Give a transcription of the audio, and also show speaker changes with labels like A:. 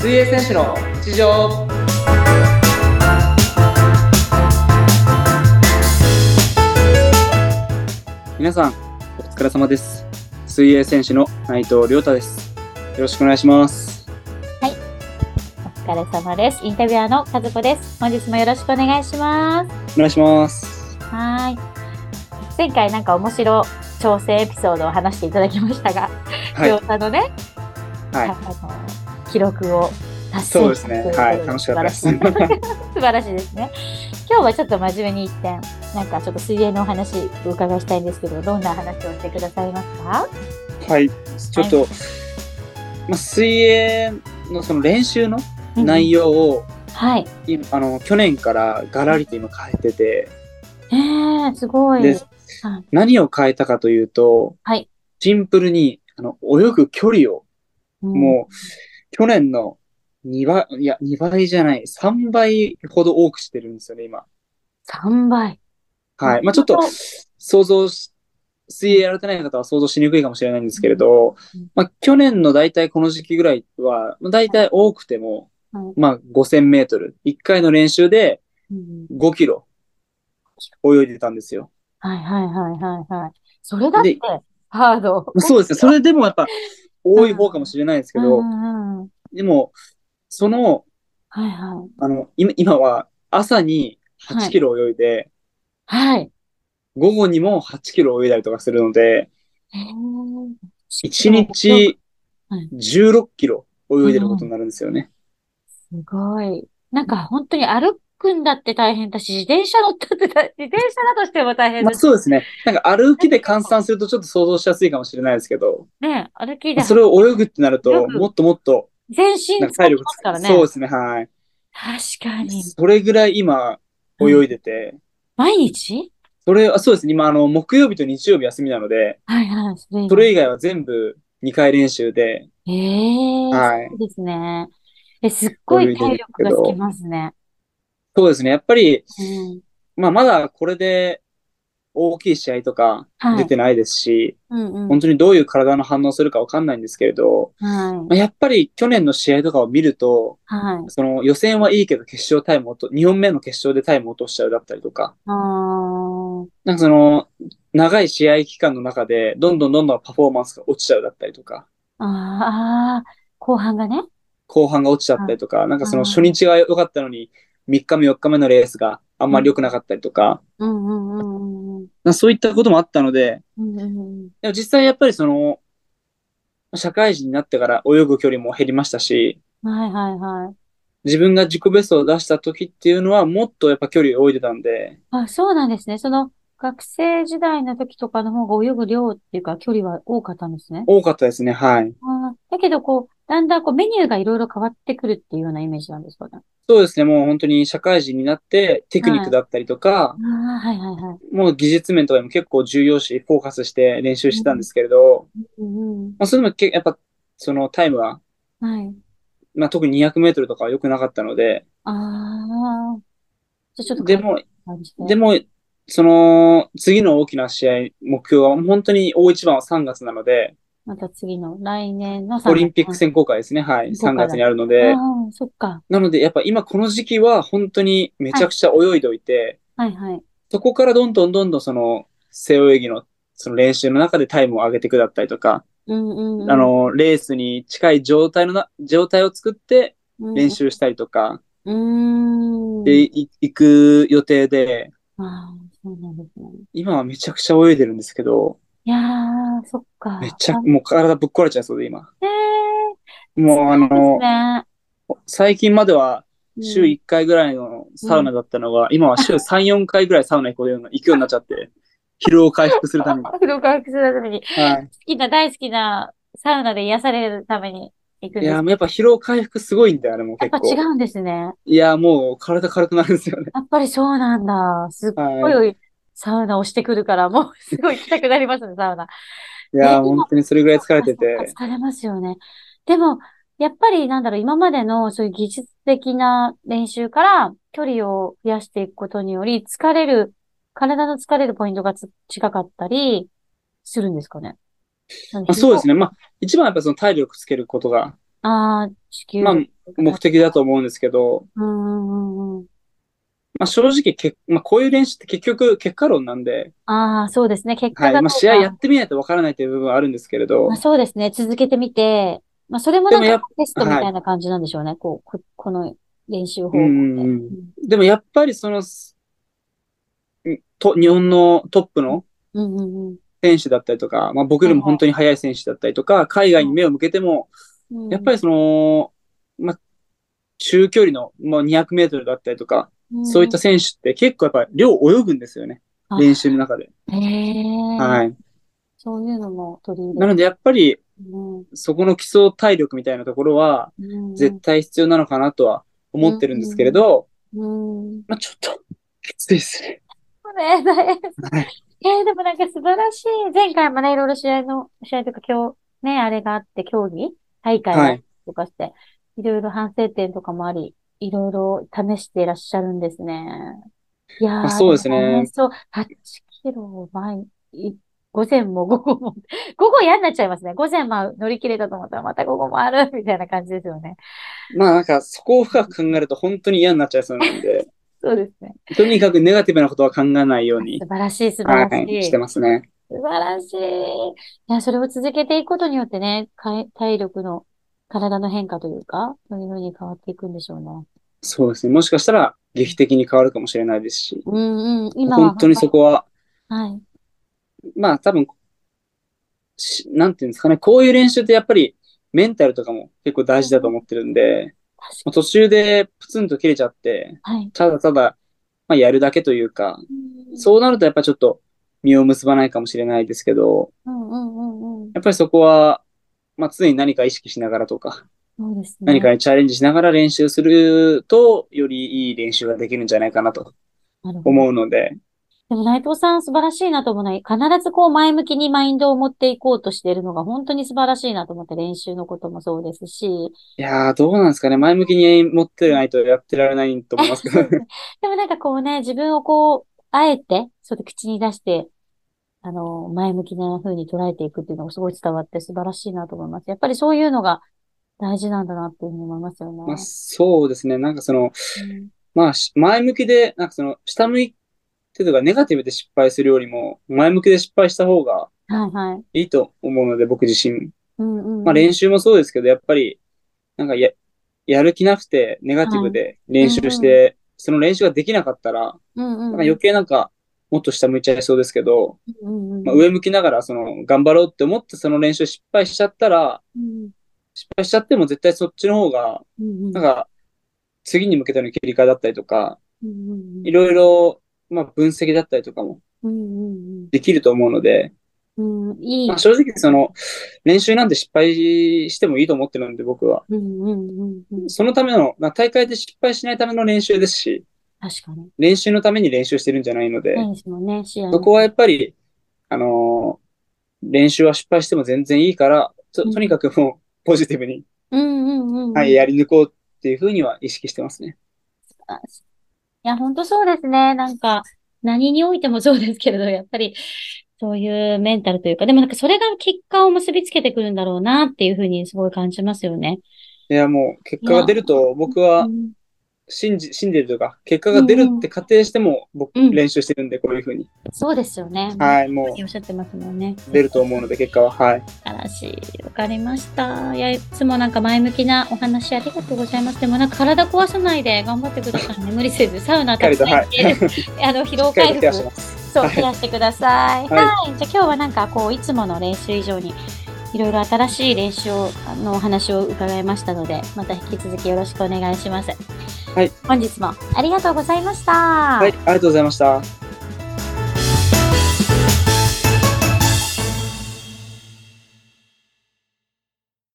A: 選手の日常皆さんお疲れ様です水泳選手の内藤亮太ですよろしくお願いします
B: お疲れ様です。インタビュアーの和子です。本日もよろしくお願いします。
A: お願いします
B: はーい。前回なんか面白挑戦エピソードを話していただきましたが、
A: はい
B: りょうさんのね、
A: はい
B: あの記録を達成した
A: そうですねはい楽しかったです
B: 素晴らしい素晴らしいですね。今日はちょっと真面目に一点、なんかちょっと水泳のお話お伺いしたいんですけど、どんな話をしてくださいますか
A: はいちょっと、まあ、水泳のその練習の内
B: 容。
A: 容を、
B: はい。
A: 今あの去年からガラリと今変えてて
B: えー、すごい。
A: で
B: はい
A: 何を変えたかというと、
B: はい
A: シンプルにあの泳ぐ距離を
B: うん
A: もう、去年の2倍、いや、2倍じゃない、3倍ほど多くしてるんですよね、今。
B: 3倍。
A: はい。まあちょっと、想像し、水泳やられてない方は想像しにくいかもしれないんですけれど
B: うん、
A: まあ去年の大体この時期ぐらいは、まあ大体多くても、
B: はい
A: まあ5000メートル、1回の練習で
B: うん
A: 5キロ泳いでたんですよ。
B: はいはいはいはいはい。それだって
A: で、
B: ハード。
A: そうですね。それでもやっぱ多い方かもしれないですけど
B: う、んうんうんで
A: でも、その、
B: はいはい。
A: あの、今今は朝に8キロ泳いで、
B: はい。
A: 午後にも8キロ泳いだりとかするので、
B: へー
A: 1。日
B: はい
A: 16キロ泳いでることになるんですよね。
B: すごい。なんか本当に歩くんだって大変だし、自転車乗ったって大、自転車だとしても大変
A: ま
B: だ
A: あ、
B: し、
A: そうですね。なんか歩きで換算するとちょっと想像しやすいかもしれないですけど、
B: ね、歩きで
A: それを泳ぐってなると、もっともっと、
B: 全身
A: なんか
B: 使っ
A: 体
B: て
A: 力
B: ますからね。
A: そうですね、はい。
B: 確かに。
A: それぐらい今泳いでて、
B: 毎日
A: それ、あそうですね、今あの、木曜日と日曜日休みなので、
B: はいはい。それ
A: それ以外は全部2回練習で、
B: ええ
A: はい
B: そうですね。え、すっごい体力がつきますね。
A: そうですね、やっぱり、
B: うん。
A: まあまだこれで大きい試合とか
B: は
A: 出
B: い。
A: てないですし、
B: うんうん
A: 本。当にどういう体の反応するかわかんないんですけれど、
B: はい。
A: まあやっぱり去年の試合とかを見ると、
B: はい。
A: その予選はいいけど決勝タイムをと、2本目の決勝でタイムを落としちゃうだったりとか、
B: あー
A: なんかその長い試合期間の中でどんどんどんどんパフォーマンスが落ちちゃうだったりとか、
B: あー、後半がね。
A: 後半が落ちちゃったりとか、なんかその
B: あー
A: 初日が良かったのに3日目4日目のレースがあんまり良くなかったりとか、
B: うんうんうんうん
A: なんかそういったこともあったので、
B: うんうん
A: でも実際やっぱりその、社会人になってから泳ぐ距離も減りましたし、
B: うん。はいはいはい。
A: 自分が自己ベストを出した時っていうのはもっとやっぱ距離を泳いでたんで、
B: あ、そうなんですね。その学生時代の時とかの方が泳ぐ量っていうか距離は多かったんですね。
A: 多かったですね、はい。
B: あーだけどこう、だんだんこうメニューがいろいろ変わってくるっていうようなイメージなんですかね。
A: そうですね、もう本当に社会人になってテクニックだったりとか、
B: ああ、はいはいはい。
A: もう技術面とかにも結構重要視、フォーカスして練習してたんですけれど、
B: うんうん。
A: まあそれでもけやっぱそのタイムは、
B: はい。
A: まあ特に200メートルとかは良くなかったので、
B: ああ。じゃあちょっと
A: でも、
B: 感じて。
A: でも、その次の大きな試合、目標は本当に大一番は3月なので、
B: また次の来年の
A: オリンピック
B: 選
A: 選考会ですね。はい。
B: 選
A: 3
B: 考会だ
A: 月にあるの
B: 手。
A: で
B: あ。あ、そっか。
A: なので、やっぱ今この時期は本当にめちゃくちゃ泳いでおいて、
B: はいはい。
A: そこからどんどんどんどんその背泳ぎのその練習の中でタイムを上げていくだったりとか、
B: うんうんうん。
A: あの、レースに近い状態のな、状態を作って
B: うん、
A: 練習したりとか、
B: うーん。
A: で、い行く予定で、
B: ああ、そうなんですね。
A: 今はめちゃくちゃ泳いでるんですけど、
B: いやー、そっか。
A: めちゃ、
B: あ
A: もう体ぶっ壊れちゃいそうで今。
B: え
A: もうあ
B: ー、です
A: の、
B: ね。
A: 最近までは
B: うん
A: 週1回ぐらいのサウナだったのが、今は週3、4回ぐらいサウナ行くような行くようになっちゃ って、疲労を回復するために。
B: あ風呂回復するために、好
A: は
B: きな、大好きなサウナで癒されるために行くん
A: い。い
B: です。
A: や、
B: や
A: やっぱ疲労回復すごいんだよ、あれも
B: っ
A: 結
B: ぱ違
A: 構。
B: うんですね。
A: いや、もう体軽くなるんですよ ね。
B: やっぱりそうなんだ。すっご
A: はい
B: サウナをしてくるから、もうすごい行きたくなりますね、サウナ。
A: い。いや、
B: ね今
A: 本当にそれぐらい疲れて
B: そっか
A: て。
B: 疲れますよね。でも、やっぱりなんだろう、今までのそういう技術的な練習から距離を増やしていくことにより、疲れる、体の疲れるポイントがつ違かったりするんですかね。
A: まあ、そうです
B: ね。
A: ね。まあ、一番はやっぱその体力つけることが
B: ああ、地球。
A: まあ、目的だと思うんですけど、
B: うんうんうん。
A: まあ、正直け、まあ、こういう練習って結局結果論なんで、
B: ああ、そうですね。結果
A: はい。
B: が
A: まあ、
B: どう
A: 試合
B: か
A: やってみないとわからないという部分はあるんですけれど
B: まあ、、そうですね。続けてみて、まあ、それもなん
A: でもや
B: か
A: っ
B: テストみ
A: はい
B: たいな感じなんでしょうね。こう、こ、この練習方
A: う
B: 法で。
A: んうんう
B: うん
A: ん。でもやっぱりその、すんと、日本のトップの
B: うんうん
A: 選手だったりとか、まあ、僕よりも本当に速い選手だったりとか、海外に目を向けても、
B: うん。
A: やっぱりその、まあ、中距離の、まあ、200メートルだったりとか、
B: うん、
A: そういった選手って結構やっぱり量泳ぐんですよね
B: あ。
A: 練習の中で。
B: へえ、
A: はい。
B: そういうのも取り入
A: な
B: れ
A: のでやっぱり
B: てね。
A: そこの基礎体力みたいなところは
B: うん
A: 絶対必要なのかなとは思ってるんですけれど、
B: うん。
A: まあ、ちょっときついですね。
B: そうね、大変です
A: は
B: えーでもなんか素晴らしい。前回もね、いろいろ試合の、試合というか今日、ね、あれがあって、競技大会があったりとかして、いろいろ反省点とかもあり、いろいろ試していらっしゃるんですね。いやー、
A: あそうですね
B: も大変そう。8キロを毎、い午前も午後も、午後嫌になっちゃいますね。午前は乗り切れたと思ったら、また午後もある、みたいな感じですよね。
A: まあなんかそこを深く考えると本当に嫌になっちゃいそうなん で、
B: そうですね。
A: とにかくネガティブなことは考えないように
B: 素、晴らしい、素晴
A: は
B: らし
A: い、
B: い
A: して。ますね。
B: 素晴らしい。いや、それを続けていくことによってね、かい体力の、体の変化というか、そういうふうに変わっていくんでしょうね。
A: そうですね。もしかしたら劇的に変わるかもしれないですし、
B: うんうん、今は
A: 本当にそこは、
B: はい。
A: まあ多分、しなんていうんですかね、こういう練習ってやっぱりメンタルとかも結構大事だと思ってるんで、
B: 確か
A: まあ途中でプツンと切れちゃって、
B: に。はい。
A: ただただ、まあ、やるだけというか、
B: うん
A: そうなるとやっぱちょっと実を結ばないかもしれないですけど、
B: うんうんうんうん。
A: やっぱりそこは、まあ、常に何か意識しながらとか、
B: そうですね。
A: 何かにチャレンジしながら練習すると、よりいい練習ができるんじゃないかなと
B: なるほど
A: 思うので、
B: でも内藤さん素晴らしいなと思うのは、必ずこう前向きにマインドを持っていこうとしているのが本当に素晴らしいなと思って練習のこともそうですし、
A: いやー、どうなんですかね。前向きに持ってないとやってられないと思いますけ ど。
B: でもなんかこうね、自分をこう、あえて、そうやって口に出して、あの、前向きな風に捉えていくっていうのがすごい伝わって素晴らしいなと思います。やっぱりそういうのが大事なんだなっていうふうに思いますよね。
A: まあ、そうですね。なんかその、
B: うん
A: まあ、し前向きで、なんかその、下向いてとか、ネガティブで失敗するよりも、前向きで失敗した方が
B: はいはい。
A: いいと思うので、僕自身。
B: うんうんうん。
A: まあ、練習もそうですけど、やっぱり、なんかや、やる気なくて、ネガティブで練習して、その練習ができなかったら、
B: うんうん
A: なんか余計なんか、もっと下向いちゃいそうですけど、
B: うんうんうん。
A: まあ、上向きながら、その、頑張ろうって思って、その練習失敗しちゃったら、
B: うん
A: 失敗しちゃっても絶対そっちの方が、
B: うんうん
A: なんか、次に向けての切り替えだったりとか、
B: うんうんうん
A: いろいろ、まあ、分析だったりとかも
B: うん
A: できると思うので、
B: うんうん。いい
A: まあ、。正直その、練習なんて失敗してもいいと思ってるんで、僕は。
B: うんうんうんうん。
A: そのための、まあ、大会で失敗しないための練習ですし、
B: 確かに。
A: 練習のために練習してるんじゃないので、
B: テニスもね、試合も
A: そこはやっぱり、あのー練習は失敗しても全然いいから、と
B: うん
A: とにかくもう、ポジティブに、
B: うんうんうんうん。
A: はい、やり抜こうっていうふうには意識してますね。
B: あいや、本当そうですね。なんか、何においてもそうですけれど、やっぱり、そういうメンタルというか、でもなんかそれが結果を結びつけてくるんだろうなっていうふうにすごい感じますよね。
A: いや、もう、結果が出ると、僕は
B: うん
A: 信じ、信じるというか、結果が出るって仮定しても、僕、
B: うん
A: 練習してるんで、こういうふうに。
B: そうですよね。
A: はい、も
B: おっしゃってますもんね。
A: う、出ると思うので、結果は、はい。
B: しい。わかりました。いや、いつもなんか前向きなお話ありがとうございます。でもなんか体壊さないで頑張ってくださいね。無理せず、サウナ
A: しっかりと、はい。
B: 行って あの、疲労
A: しっかり
B: 回
A: とケア
B: 復
A: し。ます。
B: そう、
A: はい
B: ケアしてください。は
A: はい
B: い。じゃあ今日はなんかこう、いつもの練習以上に、いろいろ新しい練習を、あのお話を伺いましたので、また引き続きよろしくお願いします。
A: はい。
B: 本日もありがとうございました。
A: はい、ありがとうございました。